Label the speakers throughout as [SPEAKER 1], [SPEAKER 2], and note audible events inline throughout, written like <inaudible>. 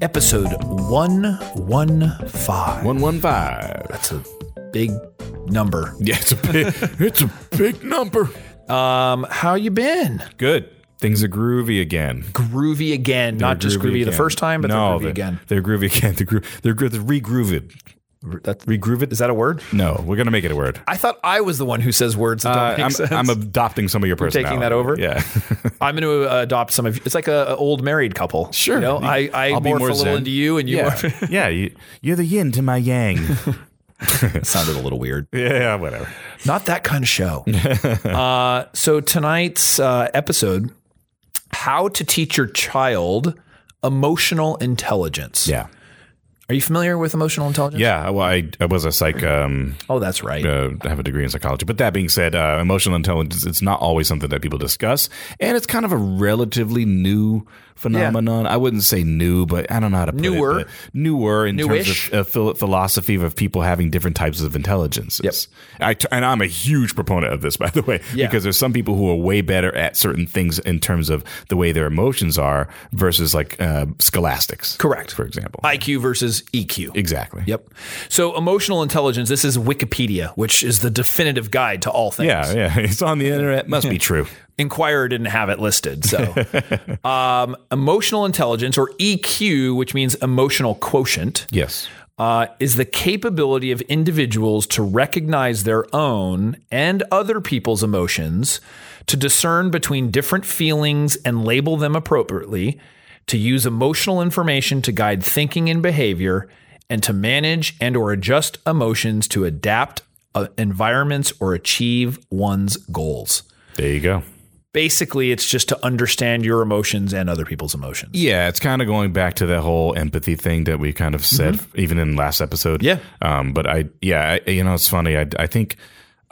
[SPEAKER 1] episode 115.
[SPEAKER 2] 115.
[SPEAKER 1] That's a big number.
[SPEAKER 2] Yeah, it's a big, <laughs> it's a big number.
[SPEAKER 1] Um, how you been?
[SPEAKER 2] Good. Things are groovy again.
[SPEAKER 1] Groovy again. Not just groovy the
[SPEAKER 2] again.
[SPEAKER 1] first time, but
[SPEAKER 2] no,
[SPEAKER 1] they're groovy again.
[SPEAKER 2] They're groovy <laughs> again. They're, gro- they're, gro- they're regrooved.
[SPEAKER 1] That's,
[SPEAKER 2] Regrooved?
[SPEAKER 1] is that a word?
[SPEAKER 2] No, we're going to make it a word.
[SPEAKER 1] I thought I was the one who says words that
[SPEAKER 2] Uh,
[SPEAKER 1] don't make
[SPEAKER 2] I'm,
[SPEAKER 1] sense.
[SPEAKER 2] I'm adopting some of your personality.
[SPEAKER 1] taking that over?
[SPEAKER 2] Yeah.
[SPEAKER 1] I'm going to adopt some of you. It's like a, a old married couple.
[SPEAKER 2] Sure.
[SPEAKER 1] You know,
[SPEAKER 2] You-
[SPEAKER 1] I, I
[SPEAKER 2] I'll be
[SPEAKER 1] morph
[SPEAKER 2] more
[SPEAKER 1] a little
[SPEAKER 2] zen.
[SPEAKER 1] into you and <laughs> you
[SPEAKER 2] yeah. <laughs>
[SPEAKER 1] morph.
[SPEAKER 2] yeah you, you're the yin to
[SPEAKER 1] <laughs>
[SPEAKER 2] my yang.
[SPEAKER 1] It sounded a little weird.
[SPEAKER 2] yeah, whatever.
[SPEAKER 1] Not that kind of
[SPEAKER 2] <laughs>
[SPEAKER 1] show. uh, so tonight's uh, episode, how to teach your child emotional intelligence.
[SPEAKER 2] Yeah.
[SPEAKER 1] Are you familiar with emotional intelligence?
[SPEAKER 2] Yeah. Well, I, I was a psych. Um,
[SPEAKER 1] Oh, that's right.
[SPEAKER 2] uh, have a degree in psychology. But that being said, uh, emotional intelligence, it's not always something that people discuss. And it's kind of a relatively new phenomenon. I wouldn't say new, but I don't know how to put
[SPEAKER 1] Newer.
[SPEAKER 2] it. but Newer in
[SPEAKER 1] Newish.
[SPEAKER 2] terms of uh, phil- philosophy of people having different types of intelligences. I t- and I'm a huge proponent of this, by the way,
[SPEAKER 1] Yeah.
[SPEAKER 2] because there's some people who are way better at certain things in terms of the way their emotions are versus like uh, scholastics.
[SPEAKER 1] Correct.
[SPEAKER 2] For example.
[SPEAKER 1] IQ versus EQ.
[SPEAKER 2] exactly.
[SPEAKER 1] Yep. So emotional intelligence, this is Wikipedia, which is the definitive guide to all things.
[SPEAKER 2] Yeah, yeah. <laughs> It's on the internet.
[SPEAKER 1] <laughs>
[SPEAKER 2] Must be true.
[SPEAKER 1] Inquirer didn't have it listed. So um, emotional intelligence or EQ, which means emotional quotient,
[SPEAKER 2] Yes.
[SPEAKER 1] uh, is the capability of individuals to recognize their own and other people's emotions, to discern between different feelings and label them appropriately, to use emotional information to guide thinking and behavior, and to manage and or adjust emotions to adapt uh, environments or achieve one's goals.
[SPEAKER 2] There you go.
[SPEAKER 1] Basically, it's just to understand your emotions and other people's emotions.
[SPEAKER 2] Yeah, it's kind of going back to the whole empathy thing that we kind of said even in last episode.
[SPEAKER 1] Mm-hmm. Yeah.
[SPEAKER 2] Um, but I, yeah, I, you know, it's funny. I, I think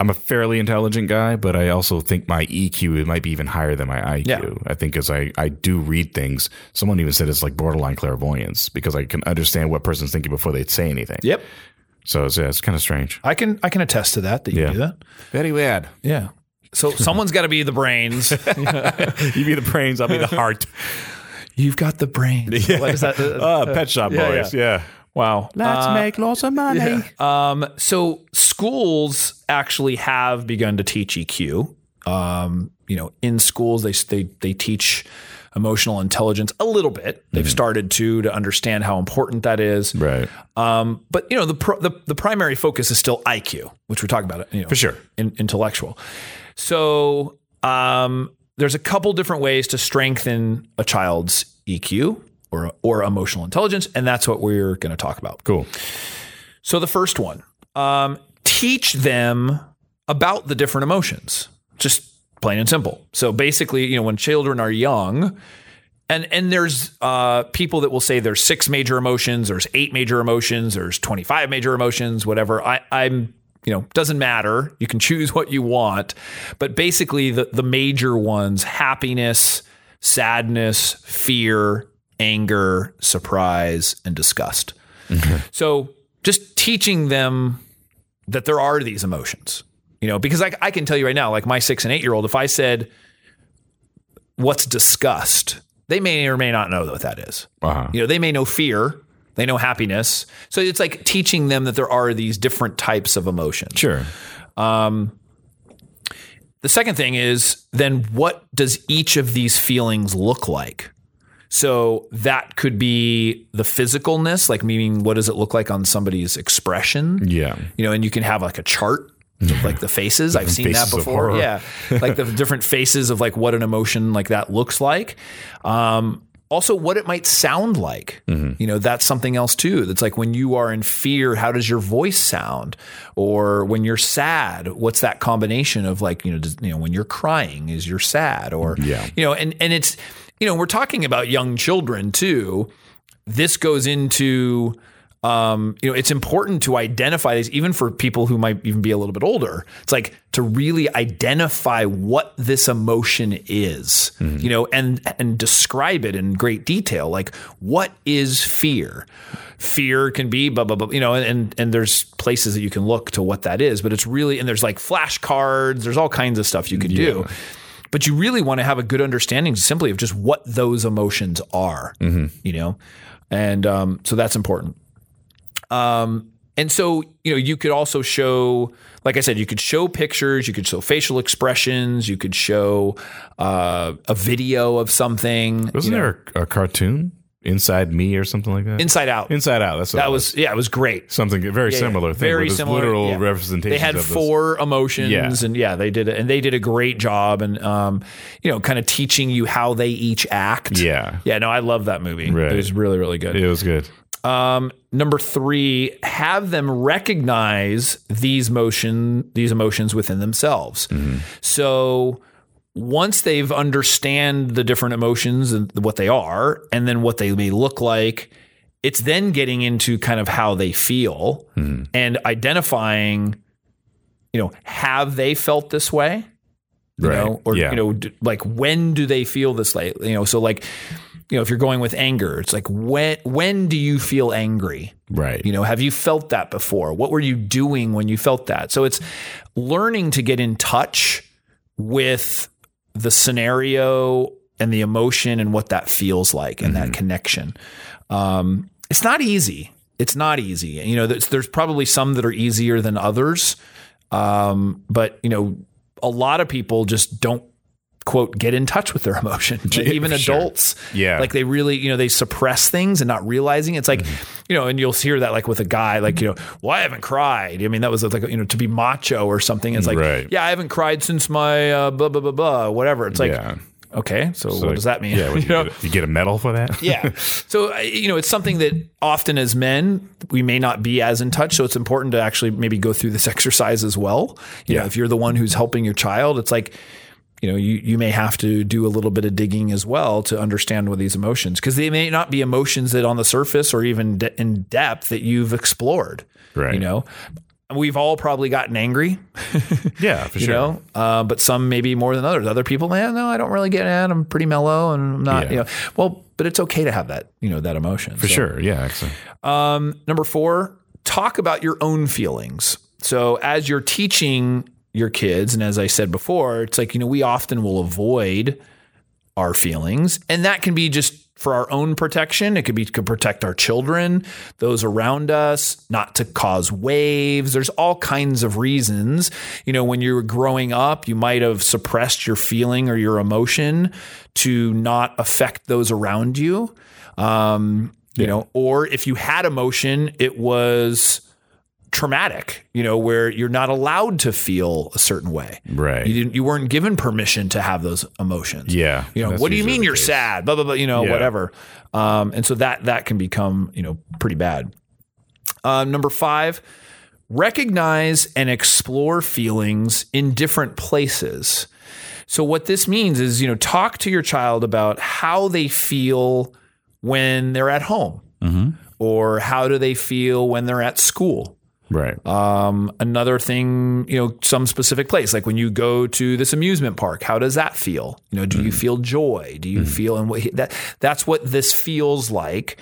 [SPEAKER 2] I'm a fairly intelligent guy, but I also think my EQ it might be even higher than my IQ.
[SPEAKER 1] Yeah.
[SPEAKER 2] I think as I, I do read things, someone even said it's like borderline clairvoyance because I can understand what person's thinking before they say anything.
[SPEAKER 1] Yep.
[SPEAKER 2] So it's, yeah, it's kind of strange.
[SPEAKER 1] I can I can attest to that that you
[SPEAKER 2] Yeah.
[SPEAKER 1] do that.
[SPEAKER 2] Very weird.
[SPEAKER 1] Yeah. So <laughs> someone's got to be the brains.
[SPEAKER 2] <laughs> you be the brains, I'll be the heart.
[SPEAKER 1] <laughs> You've got the <laughs> brains. What is that?
[SPEAKER 2] Uh, pet shop
[SPEAKER 1] yeah.
[SPEAKER 2] boys. Yeah.
[SPEAKER 1] wow. Uh,
[SPEAKER 2] Let's make lots of money.
[SPEAKER 1] Um, so schools actually have begun to teach EQ. Um, you know, in schools they they they teach emotional intelligence a little bit. They've started to to understand how important that is.
[SPEAKER 2] Right.
[SPEAKER 1] Um, but you know, the, pro- the the primary focus is still IQ, which we're talking about. You know, for
[SPEAKER 2] sure.
[SPEAKER 1] in, intellectual. So um, there's a couple different ways to strengthen a child's EQ or or emotional intelligence, and that's what we're going to talk about.
[SPEAKER 2] Cool.
[SPEAKER 1] So the first one, um, teach them about the different emotions, just plain and simple. So basically, you know, when children are young, and and there's uh, people that will say there's six major emotions, there's eight major emotions, there's 25 major emotions, whatever. I, I'm you know doesn't matter. You can choose what you want, but basically the the major ones: happiness, sadness, fear, anger, surprise, and disgust. So just teaching them that there are these emotions, you know, because I, I can tell you right now, like my six and eight year old, if I said, what's disgust, they may or may not know what that is.
[SPEAKER 2] Uh-huh.
[SPEAKER 1] You know, they may know fear, they know happiness. So it's like teaching them that there are these different types of emotions.
[SPEAKER 2] Sure.
[SPEAKER 1] The second thing is then what does each of these feelings look like? So that could be the physicalness, like meaning what does it look like on somebody's expression?
[SPEAKER 2] Yeah.
[SPEAKER 1] You know, and you can have like a chart of like the faces. I've seen
[SPEAKER 2] faces
[SPEAKER 1] that
[SPEAKER 2] of
[SPEAKER 1] before.
[SPEAKER 2] horror.
[SPEAKER 1] Yeah. Like the different faces of like what an emotion like that looks like. Um also what it might sound like.
[SPEAKER 2] Mm-hmm.
[SPEAKER 1] You know, that's something else too. That's like when you are in fear, how does your voice sound? Or when you're sad, what's that combination of like, you know, does, you know, when you're crying, is you're sad or
[SPEAKER 2] Yeah.
[SPEAKER 1] you know, and and it's you know, we're talking about young children too this goes into um, you know, it's important to identify these, even for people who might even be a little bit older. It's like to really identify what this emotion is, you know, and and describe it in great detail. Like, what is fear? Fear can be blah blah blah, you know, and and, and there's places that you can look to what that is, but it's really and there's like flashcards, there's all kinds of stuff you can do. But you really want to have a good understanding simply of just what those emotions are,
[SPEAKER 2] Mm-hmm.
[SPEAKER 1] you know, and um, so that's important. Um, And so, you know, you could also show, like I said, you could show pictures, you could show facial expressions, you could show uh, a video of something.
[SPEAKER 2] Wasn't there a, a cartoon inside me or something like that?
[SPEAKER 1] Inside Out.
[SPEAKER 2] Inside out. That's what
[SPEAKER 1] that was, yeah, it was great.
[SPEAKER 2] something very similar. Thing,
[SPEAKER 1] Very
[SPEAKER 2] where there's
[SPEAKER 1] similar.
[SPEAKER 2] Literal
[SPEAKER 1] yeah.
[SPEAKER 2] representations.
[SPEAKER 1] They had
[SPEAKER 2] of this.
[SPEAKER 1] four emotions,
[SPEAKER 2] Yeah.
[SPEAKER 1] and yeah, they did, it, and they did a great job, and um, you know, kind of teaching you how they each act.
[SPEAKER 2] Yeah.
[SPEAKER 1] yeah. No, I love that movie.
[SPEAKER 2] Right.
[SPEAKER 1] It was really, really good.
[SPEAKER 2] It was good.
[SPEAKER 1] Number three, have them recognize these motion, these emotions within themselves. So once they've understand the different emotions and what they are, and then what they may look like, it's then getting into kind of how they feel and identifying, you know, have they felt this way? you
[SPEAKER 2] Right.
[SPEAKER 1] know, or
[SPEAKER 2] yeah.
[SPEAKER 1] you know, d- like when do they feel this? Like you know, so like, you know, if you're going with anger, it's like when when do you feel angry?
[SPEAKER 2] right.
[SPEAKER 1] You know, have you felt that before? What were you doing when you felt that? So it's learning to get in touch with the scenario and the emotion and what that feels like and
[SPEAKER 2] Mm-hmm.
[SPEAKER 1] that connection. Um, it's not easy. It's not easy. You know, there's, there's probably some that are easier than others. Um, but, you know, a lot of people just don't quote get in touch with their <laughs>
[SPEAKER 2] <laughs>
[SPEAKER 1] emotion Like, even
[SPEAKER 2] sure.
[SPEAKER 1] adults
[SPEAKER 2] Yeah.
[SPEAKER 1] like they really you know they suppress things and not realizing it. it's like
[SPEAKER 2] Mm-hmm.
[SPEAKER 1] you know and you'll hear that like with a guy like you know well i haven't cried i mean that was like you know to be macho or something it's like
[SPEAKER 2] Right.
[SPEAKER 1] yeah i haven't cried since my uh, blah blah blah blah whatever it's like
[SPEAKER 2] yeah.
[SPEAKER 1] okay so, what
[SPEAKER 2] like,
[SPEAKER 1] does that mean
[SPEAKER 2] Yeah.
[SPEAKER 1] <laughs>
[SPEAKER 2] what,
[SPEAKER 1] You
[SPEAKER 2] you,
[SPEAKER 1] know?
[SPEAKER 2] get a, you get a medal for that.
[SPEAKER 1] yeah. So, uh, you know, it's something that often as men, we may not be as in touch. So it's important to actually maybe go through this <laughs> exercise as well. You know, if you're the one who's helping your child, it's like, you know, you, you may have to do a little bit of digging as well to understand what these emotions, because they may not be emotions that on the surface or even de- in depth that you've explored.
[SPEAKER 2] Right.
[SPEAKER 1] You know, we've all probably gotten angry
[SPEAKER 2] yeah. For
[SPEAKER 1] you
[SPEAKER 2] sure.
[SPEAKER 1] know uh, but some maybe more than others other people man no i don't really get it i'm pretty mellow and i'm not
[SPEAKER 2] Yeah.
[SPEAKER 1] you know well but it's okay to have that you know that emotion
[SPEAKER 2] For sure. Yeah. Actually.
[SPEAKER 1] number four talk about your own feelings so as you're teaching your kids and as i said before it's like you know we often will avoid our feelings and that can be just for our own protection it could be to protect our children those around us not to cause waves there's all kinds of reasons you know when you were growing up you might have suppressed your feeling or your emotion to not affect those around you um you know or if you had emotion it was traumatic you know where you're not allowed to feel a certain way
[SPEAKER 2] Right.
[SPEAKER 1] you didn't you weren't given permission to have those emotions
[SPEAKER 2] Yeah.
[SPEAKER 1] you know
[SPEAKER 2] That's
[SPEAKER 1] what do you
[SPEAKER 2] usually
[SPEAKER 1] mean
[SPEAKER 2] the
[SPEAKER 1] you're
[SPEAKER 2] case.
[SPEAKER 1] sad blah blah blah you know
[SPEAKER 2] Yeah.
[SPEAKER 1] whatever um, and so that that can become you know pretty bad uh, number five recognize and explore feelings in different places so what this means is you know talk to your child about how they feel when they're at home
[SPEAKER 2] Mm-hmm.
[SPEAKER 1] or how do they feel when they're at school
[SPEAKER 2] Right.
[SPEAKER 1] um, another thing, you know, some specific place, like when you go to this amusement park, how does that feel? You know, do you feel joy? Do you feel and what that that's what this feels like.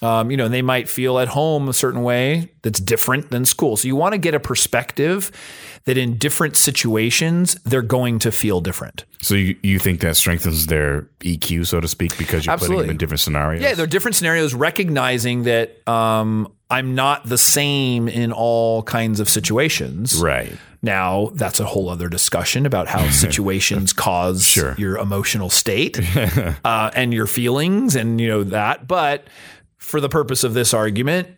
[SPEAKER 1] Um, you know, and they might feel at home a certain way that's different than school. So you want to get a perspective that in different situations they're going to feel different.
[SPEAKER 2] so you, you think that strengthens their EQ, so to speak, because you're putting
[SPEAKER 1] Absolutely.
[SPEAKER 2] them in different scenarios?
[SPEAKER 1] Yeah, there are different scenarios recognizing that um, I'm not the same in all kinds of situations.
[SPEAKER 2] Right.
[SPEAKER 1] Now, that's a whole other discussion about how situations cause your emotional state uh, and your feelings and, you know, that. But for the purpose of this argument,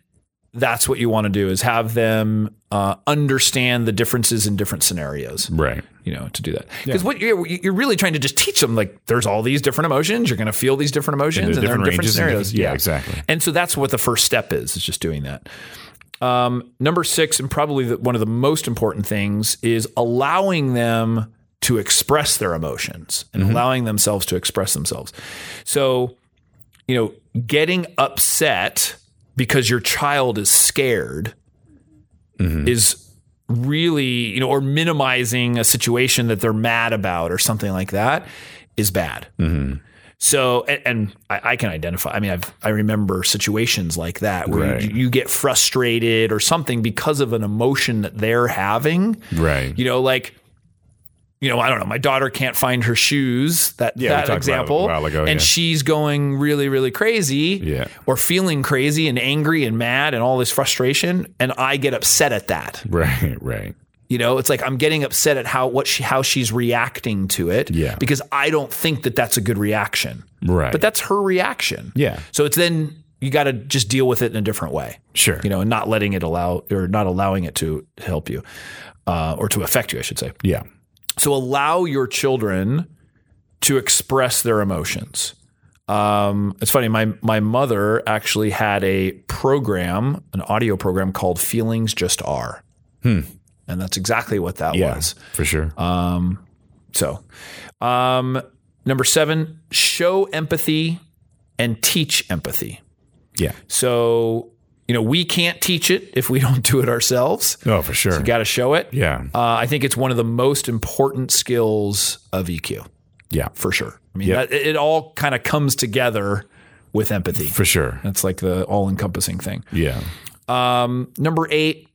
[SPEAKER 1] that's what you want to do is have them uh, understand the differences in different scenarios
[SPEAKER 2] Right.
[SPEAKER 1] you know, to do that. Because what you're, you're really trying to just teach them, like, there's all these different emotions. You're going to feel these different emotions, and,
[SPEAKER 2] there are
[SPEAKER 1] they're in
[SPEAKER 2] different
[SPEAKER 1] different
[SPEAKER 2] ranges and
[SPEAKER 1] scenarios.
[SPEAKER 2] different- yeah, exactly.
[SPEAKER 1] And so that's what the first step is: is just doing that. Um, number six, and probably the, one of the most important things, is allowing them to express their emotions and
[SPEAKER 2] Mm-hmm.
[SPEAKER 1] allowing themselves to express themselves. So, you know, getting upset because your child is scared is really, you know, or minimizing a situation that they're mad about or something like that is bad. So, and, and I, I can identify. I mean, I've, I remember situations like that where
[SPEAKER 2] Right.
[SPEAKER 1] you, you get frustrated or something because of an emotion that they're having.
[SPEAKER 2] Right.
[SPEAKER 1] You know, like, you know, I don't know. My daughter can't find her shoes. That
[SPEAKER 2] we talked
[SPEAKER 1] that
[SPEAKER 2] about it a
[SPEAKER 1] example,
[SPEAKER 2] while ago,
[SPEAKER 1] and
[SPEAKER 2] yeah.
[SPEAKER 1] she's going really, really crazy,
[SPEAKER 2] Yeah.
[SPEAKER 1] or feeling crazy and angry and mad and all this frustration, and I get upset at that.
[SPEAKER 2] Right. Right.
[SPEAKER 1] You know, it's like I'm getting upset at how what she how she's reacting to it,
[SPEAKER 2] Yeah.
[SPEAKER 1] because I don't think that that's a good reaction,
[SPEAKER 2] Right.
[SPEAKER 1] but that's her reaction,
[SPEAKER 2] Yeah.
[SPEAKER 1] So it's then you got to just deal with it in a different way
[SPEAKER 2] sure.
[SPEAKER 1] you know, and not letting it allow or not allowing it to help you uh, or to affect you, I should say.
[SPEAKER 2] yeah.
[SPEAKER 1] So allow your children to express their emotions. Um, it's funny. My my mother actually had a program, an audio program called "Feelings Just Are," and that's exactly what that
[SPEAKER 2] Hmm. Yeah.
[SPEAKER 1] was.
[SPEAKER 2] For sure.
[SPEAKER 1] So, um, number seven: show empathy and teach empathy.
[SPEAKER 2] yeah.
[SPEAKER 1] So, you know, we can't teach it if we <laughs> don't do it ourselves.
[SPEAKER 2] Oh, for sure.
[SPEAKER 1] Got to show it.
[SPEAKER 2] yeah.
[SPEAKER 1] Uh, I think it's one of the most important skills of E EQ
[SPEAKER 2] Yeah.
[SPEAKER 1] for sure. I mean,
[SPEAKER 2] Yep.
[SPEAKER 1] that, it all kind of comes together with empathy.
[SPEAKER 2] For sure.
[SPEAKER 1] That's like the all encompassing thing.
[SPEAKER 2] Yeah.
[SPEAKER 1] Number eight.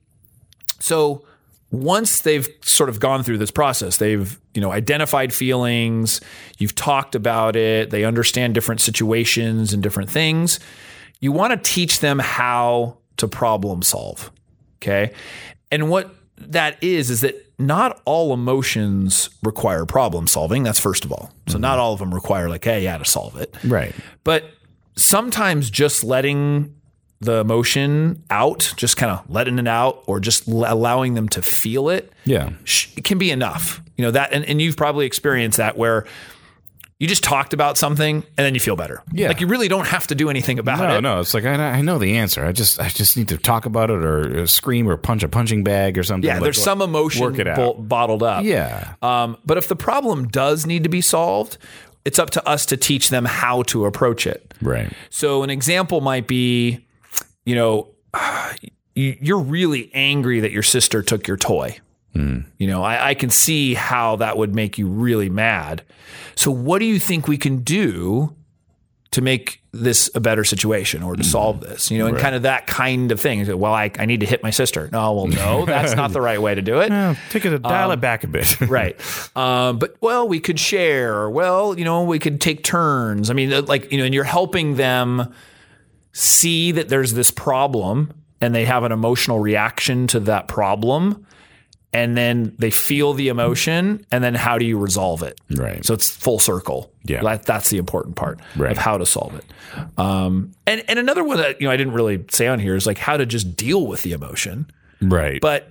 [SPEAKER 1] So once they've sort of gone through this process, they've, you know, identified feelings, you've talked about it, they understand different situations and different things. You want to teach them how to problem solve. Okay. And what that is, is that not all emotions require problem solving. That's first of all. So not all of them require, like, hey, yeah, to solve it.
[SPEAKER 2] Right.
[SPEAKER 1] But sometimes just letting the emotion out, just kind of letting it out, or just l- allowing them to feel it,
[SPEAKER 2] Yeah.
[SPEAKER 1] sh- it can be enough. You know that, and, and you've probably experienced that where you just talked about something and then you feel better.
[SPEAKER 2] Yeah.
[SPEAKER 1] like you really don't have to do anything about
[SPEAKER 2] No,
[SPEAKER 1] it.
[SPEAKER 2] no. It's like I, I know the answer. I just I just need to talk about it or scream or punch a punching bag or something.
[SPEAKER 1] Yeah,
[SPEAKER 2] Like,
[SPEAKER 1] there's some emotion
[SPEAKER 2] work it out.
[SPEAKER 1] bo- bottled up.
[SPEAKER 2] Yeah.
[SPEAKER 1] Um, but if the problem does need to be solved, it's up to us to teach them how to approach it.
[SPEAKER 2] Right.
[SPEAKER 1] So an example might be, you know, <sighs> you- you're really angry that your sister took your toy. You know, I, I can see how that would make you really mad. So what do you think we can do to make this a better situation or to solve this? You know, and kind of that kind of thing. You say, Well, I, I need to hit my sister. No, well, no, that's not the right way to do it
[SPEAKER 2] Oh, take it, dial it back a
[SPEAKER 1] <laughs>
[SPEAKER 2] bit.
[SPEAKER 1] right um, but well we could share or, well you know we could take turns i mean uh, like you know and you're helping them see that there's this problem and they have an emotional reaction to that problem and then they feel the emotion and then how do you resolve it
[SPEAKER 2] Right.
[SPEAKER 1] so it's full circle
[SPEAKER 2] Yeah.
[SPEAKER 1] that, that's the important part
[SPEAKER 2] Right.
[SPEAKER 1] of how to solve it um, and and another one that you know i didn't really say on here is like how to just deal with the emotion
[SPEAKER 2] <laughs> right.
[SPEAKER 1] but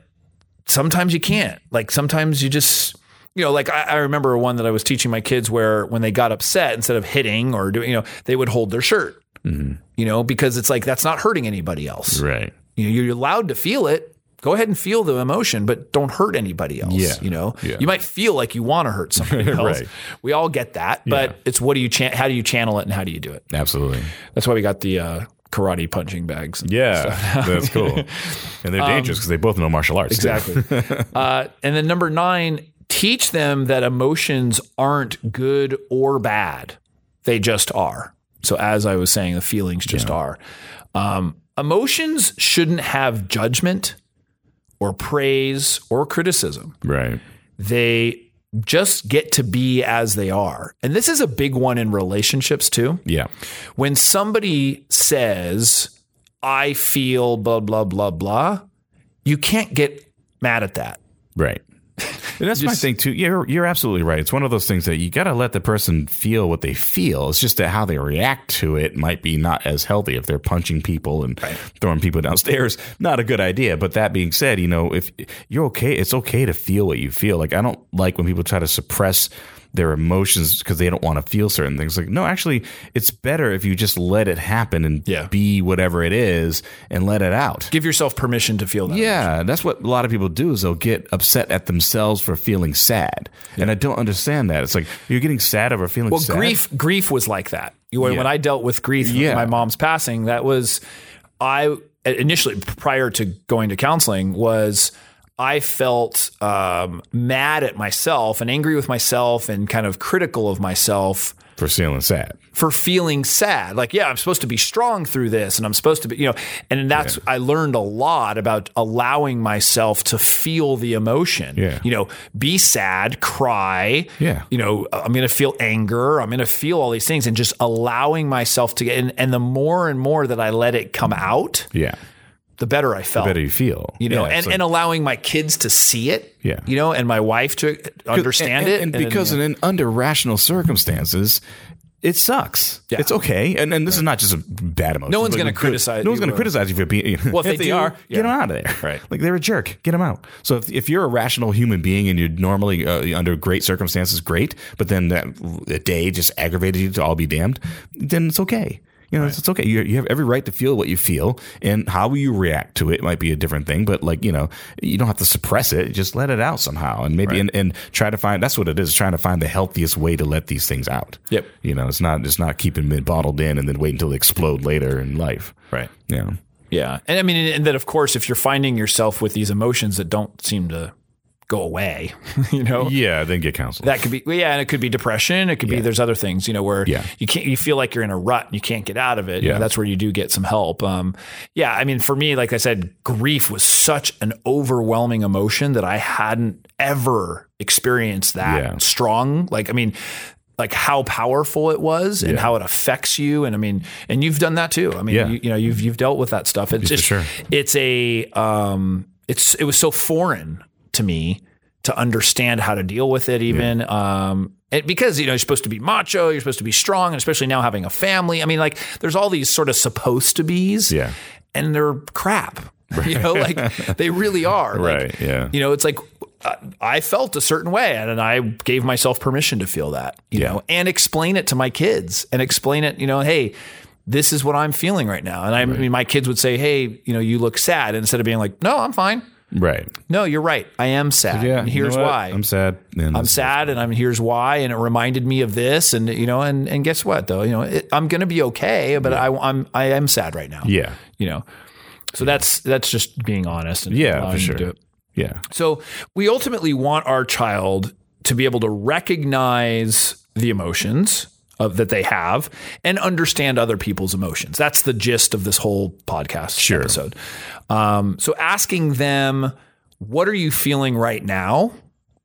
[SPEAKER 1] sometimes you can't. Like sometimes you just, you know, like I, I remember one that I was teaching my kids where when they got upset, instead of hitting or doing, you know, they would hold their shirt, you know, because it's like that's not hurting anybody else.
[SPEAKER 2] Mm-hmm. right.
[SPEAKER 1] You know, you're allowed to feel it. Go ahead and feel the emotion, but don't hurt anybody else.
[SPEAKER 2] Yeah.
[SPEAKER 1] You know,
[SPEAKER 2] Yeah.
[SPEAKER 1] you might feel like you want to hurt somebody
[SPEAKER 2] <laughs>
[SPEAKER 1] else.
[SPEAKER 2] Right.
[SPEAKER 1] We all get that, but it's what do you chan- how do you channel it and how do you do it?
[SPEAKER 2] Absolutely.
[SPEAKER 1] That's why we got the uh, karate punching bags.
[SPEAKER 2] Yeah. that's cool. And they're dangerous because they both know martial arts. too.
[SPEAKER 1] Exactly. <laughs> uh, and then number nine, teach them that emotions aren't good or bad. They just are. So, as I was saying, the feelings just are. Um, emotions shouldn't have judgment or praise or criticism.
[SPEAKER 2] Right.
[SPEAKER 1] They just get to be as they are. And this is a big one in relationships, too
[SPEAKER 2] Yeah.
[SPEAKER 1] when somebody says, I feel blah, blah, blah, blah, you can't get mad at that.
[SPEAKER 2] Right. And that's my thing too. You're you're absolutely right. It's one of those things that you got to let the person feel what they feel. It's just that how they react to it might be not as healthy if they're punching people and throwing people downstairs. Not a good idea. But that being said, you know, if you're okay, it's okay to feel what you feel. Like I don't like when people try to suppress their emotions because they don't want to feel certain things. Like no, actually, it's better if you just let it happen and
[SPEAKER 1] Yeah.
[SPEAKER 2] be whatever it is and let it out.
[SPEAKER 1] Give yourself permission to feel that.
[SPEAKER 2] Yeah, that's what a lot of people do is they'll get upset at themselves for feeling sad. And I don't understand that. It's like you're getting sad over feeling
[SPEAKER 1] Well,
[SPEAKER 2] sad.
[SPEAKER 1] grief, grief was like that. You- When
[SPEAKER 2] Yeah.
[SPEAKER 1] I dealt with grief, with
[SPEAKER 2] Yeah.
[SPEAKER 1] my mom's passing, that was, I initially prior to going to counseling was I felt um, mad at myself and angry with myself and kind of critical of myself
[SPEAKER 2] for feeling sad.
[SPEAKER 1] for feeling sad. Like, yeah, I'm supposed to be strong through this and I'm supposed to be, you know, and that's, I learned a lot about allowing myself to feel the emotion.
[SPEAKER 2] Yeah.
[SPEAKER 1] You know, be sad, cry.
[SPEAKER 2] Yeah.
[SPEAKER 1] You know, I'm going to feel anger. I'm going to feel all these things and just allowing myself to get, and, and the more and more that I let it come out,
[SPEAKER 2] Yeah.
[SPEAKER 1] the better I felt.
[SPEAKER 2] Better you feel.
[SPEAKER 1] you know,
[SPEAKER 2] Yeah,
[SPEAKER 1] and,
[SPEAKER 2] it's like-
[SPEAKER 1] and allowing my kids to see it,
[SPEAKER 2] Yeah.
[SPEAKER 1] you know, and my wife to understand
[SPEAKER 2] and,
[SPEAKER 1] it.
[SPEAKER 2] And, because in, under rational circumstances, it sucks.
[SPEAKER 1] Yeah.
[SPEAKER 2] It's okay. And and this is not just a bad emotion.
[SPEAKER 1] No one's
[SPEAKER 2] Like,
[SPEAKER 1] gonna
[SPEAKER 2] good-
[SPEAKER 1] criticize
[SPEAKER 2] No one's
[SPEAKER 1] you
[SPEAKER 2] going
[SPEAKER 1] or-
[SPEAKER 2] to criticize you for being. Well,
[SPEAKER 1] if
[SPEAKER 2] <laughs> if,
[SPEAKER 1] they
[SPEAKER 2] they,
[SPEAKER 1] do,
[SPEAKER 2] are,
[SPEAKER 1] yeah.
[SPEAKER 2] get them out of there.
[SPEAKER 1] Right.
[SPEAKER 2] <laughs> Like they're a jerk. Get them out. So if, if you're a rational human being and you're normally uh, under great circumstances, great. But then that the day just aggravated you to all be damned. Then it's okay. You know, it's, it's okay. You, you have every right to feel what you feel, and how you react to it might be a different thing. But like you know, you don't have to suppress it. Just let it out somehow, and maybe and, and try to find. That's what it is. Trying to find the healthiest way to let these things out.
[SPEAKER 1] Yep.
[SPEAKER 2] You know, it's not it's not keeping them bottled in and then wait until they explode later in life.
[SPEAKER 1] Right.
[SPEAKER 2] Yeah.
[SPEAKER 1] Yeah. And I mean, and then of course, if you're finding yourself with these emotions that don't seem to go away, <laughs> you know,
[SPEAKER 2] Yeah. Then get counseling.
[SPEAKER 1] that could be, well, yeah, and it could be depression. It could be, there's other things, you know, where
[SPEAKER 2] Yeah.
[SPEAKER 1] you can't, you feel like you're in a rut and you can't get out of it. You know,
[SPEAKER 2] Yeah.
[SPEAKER 1] that's where you do get some help. Um, yeah. I mean, for me, like I said, grief was such an overwhelming emotion that I hadn't ever experienced that
[SPEAKER 2] Yeah.
[SPEAKER 1] strong. Like, I mean, like how powerful it was and how it affects you. And I mean, and you've done that too. I mean,
[SPEAKER 2] Yeah.
[SPEAKER 1] you, you know, you've, you've dealt with that stuff. It's just,
[SPEAKER 2] sure.
[SPEAKER 1] it's a, um, it's, it was so foreign to me to understand how to deal with it even. Um, and because, you know, you're supposed to be macho, you're supposed to be strong, and especially now having a family. I mean, like there's all these sort of supposed to be's
[SPEAKER 2] Yeah.
[SPEAKER 1] and they're crap, <laughs> you know, like they really are. Like,
[SPEAKER 2] Right, yeah.
[SPEAKER 1] You know, it's like uh, I felt a certain way and, and I gave myself permission to feel that, you
[SPEAKER 2] Yeah.
[SPEAKER 1] know, and explain it to my kids and explain it, you know, hey, this is what I'm feeling right now. And I, I mean, my kids would say, hey, you know, you look sad. And instead of being like, no, I'm fine.
[SPEAKER 2] Right.
[SPEAKER 1] No, you're right. I am sad.
[SPEAKER 2] Yeah.
[SPEAKER 1] And
[SPEAKER 2] you know
[SPEAKER 1] here's
[SPEAKER 2] what?
[SPEAKER 1] why.
[SPEAKER 2] I'm sad. And
[SPEAKER 1] I'm sad and I'm here's why and it reminded me of this and you know and and guess what though you know it, I'm gonna be okay but I I'm I am sad right now
[SPEAKER 2] Yeah.
[SPEAKER 1] you know so that's that's just being honest and
[SPEAKER 2] Yeah,
[SPEAKER 1] allowing
[SPEAKER 2] for
[SPEAKER 1] you
[SPEAKER 2] sure.
[SPEAKER 1] to do it.
[SPEAKER 2] Yeah.
[SPEAKER 1] so we ultimately want our child to be able to recognize the emotions of, that they have and understand other people's emotions that's the gist of this whole podcast episode um, so asking them what are you feeling right now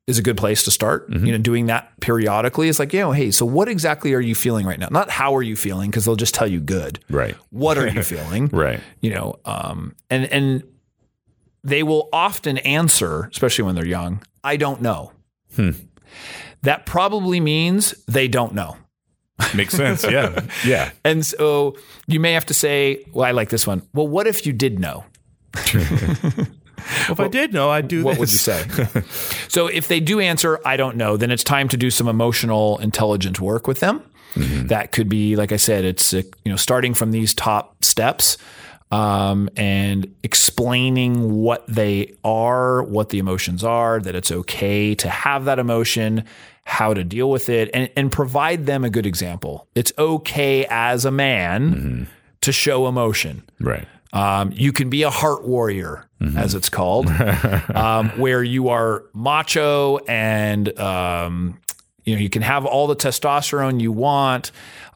[SPEAKER 1] is a good place to start.
[SPEAKER 2] Mm-hmm.
[SPEAKER 1] You know, doing that periodically is like, you know, hey, so what exactly are you feeling right now? Not how are you feeling, because they'll just tell you good.
[SPEAKER 2] Right.
[SPEAKER 1] What
[SPEAKER 2] <laughs>
[SPEAKER 1] are you feeling?
[SPEAKER 2] Right.
[SPEAKER 1] you know um and and they will often answer especially when they're young i don't know that probably means they don't know
[SPEAKER 2] Makes sense. Yeah.
[SPEAKER 1] <laughs>
[SPEAKER 2] Yeah.
[SPEAKER 1] and so you may have to say well i like this one well what if you did know
[SPEAKER 2] If I did know, I'd do
[SPEAKER 1] what would you say so if they do answer i don't know then it's time to do some emotional intelligence work with them that could be like i said it's uh, you know starting from these top steps um, and explaining what they are what the emotions are that it's okay to have that emotion how to deal with it and, and provide them a good example it's okay as a man to show emotion
[SPEAKER 2] Right.
[SPEAKER 1] um, you can be a heart warrior,
[SPEAKER 2] Mm-hmm.
[SPEAKER 1] as it's
[SPEAKER 2] <laughs>
[SPEAKER 1] called, um, where you are macho and um, you know you can have all the testosterone you want,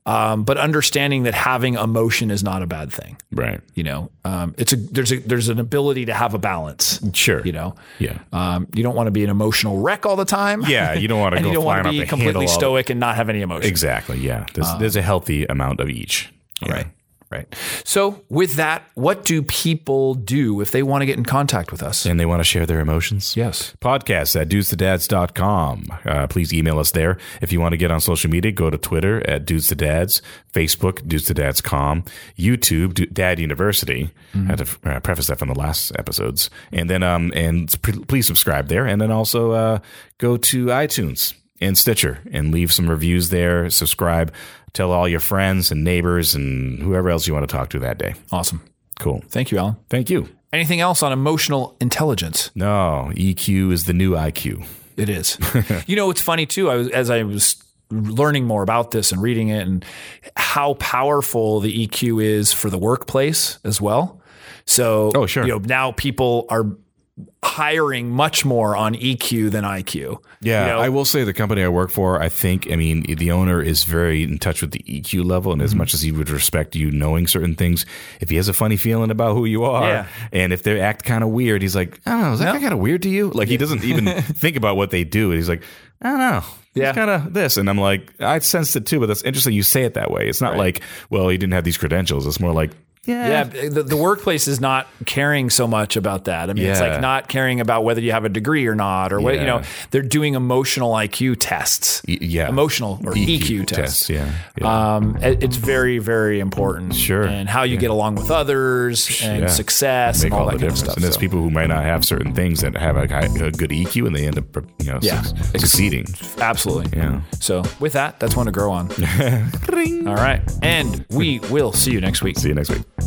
[SPEAKER 1] um, but understanding that having emotion is not a bad thing.
[SPEAKER 2] Right.
[SPEAKER 1] You know, um, it's a there's a there's an ability to have a balance.
[SPEAKER 2] Sure.
[SPEAKER 1] You know,
[SPEAKER 2] Yeah.
[SPEAKER 1] um, you don't want to be an emotional wreck all the time.
[SPEAKER 2] Yeah. You don't want to
[SPEAKER 1] and
[SPEAKER 2] go
[SPEAKER 1] you don't
[SPEAKER 2] flying
[SPEAKER 1] want to
[SPEAKER 2] off
[SPEAKER 1] be
[SPEAKER 2] the
[SPEAKER 1] completely
[SPEAKER 2] handle all-
[SPEAKER 1] stoic and not have any emotion.
[SPEAKER 2] Exactly. Yeah. There's, there's a healthy amount of each. Yeah.
[SPEAKER 1] Right.
[SPEAKER 2] Right.
[SPEAKER 1] So, with that, what do people do if they want to get in contact with us?
[SPEAKER 2] And they want to share their emotions.
[SPEAKER 1] Yes.
[SPEAKER 2] podcast at dudes to dads.com. Uh, please email us there. If you want to get on social media, go to Twitter at dudes to dads, Facebook, dudes to dads.com, YouTube, Du- dad university. I had to uh, preface that from the last episodes. And then, um, and pre- please subscribe there. And then also, uh, go to iTunes and Stitcher and leave some reviews there. Subscribe, tell all your friends and neighbors and whoever else you want to talk to that day.
[SPEAKER 1] Awesome.
[SPEAKER 2] Cool.
[SPEAKER 1] Thank you, Alan.
[SPEAKER 2] Thank you.
[SPEAKER 1] Anything else on emotional intelligence?
[SPEAKER 2] No, EQ E is the new IQ. <laughs>
[SPEAKER 1] It is. you know, it's funny too. I was as I was learning more about this and reading it and how powerful the EQ is for the workplace as well. So,
[SPEAKER 2] Oh, sure.
[SPEAKER 1] you know, now people are hiring much more on EQ than IQ.
[SPEAKER 2] Yeah,
[SPEAKER 1] You know?
[SPEAKER 2] I will say the company I work for, I think, I mean, the owner is very in touch with the EQ level.
[SPEAKER 1] Mm-hmm.
[SPEAKER 2] And as much as he would respect you knowing certain things, if he has a funny feeling about who you are
[SPEAKER 1] Yeah.
[SPEAKER 2] and if they act kind of weird, he's like, I don't know, is that kind of weird to you? Like, he
[SPEAKER 1] <laughs>
[SPEAKER 2] doesn't even think about what they do. He's like, I don't know.
[SPEAKER 1] Yeah.
[SPEAKER 2] It's kind of this. And I'm like, I sensed it too, but that's interesting you say it that way. It's not like, well, he didn't have these credentials. It's more like, yeah.
[SPEAKER 1] Yeah, the, the workplace is not caring so much about that. I mean, it's
[SPEAKER 2] Yeah.
[SPEAKER 1] like not caring about whether you have a degree or not, or what you know.
[SPEAKER 2] Yeah.
[SPEAKER 1] They're doing emotional IQ tests,
[SPEAKER 2] E- yeah.
[SPEAKER 1] emotional or EQ, tests.
[SPEAKER 2] Yeah. yeah.
[SPEAKER 1] Um, it- it's very, very important.
[SPEAKER 2] Mm-hmm. Sure.
[SPEAKER 1] and how you get along with others and
[SPEAKER 2] Yeah.
[SPEAKER 1] success
[SPEAKER 2] make
[SPEAKER 1] and all
[SPEAKER 2] all
[SPEAKER 1] that kind
[SPEAKER 2] the
[SPEAKER 1] of
[SPEAKER 2] difference.
[SPEAKER 1] stuff.
[SPEAKER 2] and it's
[SPEAKER 1] so.
[SPEAKER 2] people who might not have certain things that have a, high, a good EQ and they end up, you know,
[SPEAKER 1] Yeah.
[SPEAKER 2] suc- succeeding. <laughs>
[SPEAKER 1] Absolutely.
[SPEAKER 2] Yeah.
[SPEAKER 1] So with that, that's one to grow on.
[SPEAKER 2] Ring.
[SPEAKER 1] all right, and we will see you next week.
[SPEAKER 2] See you next week.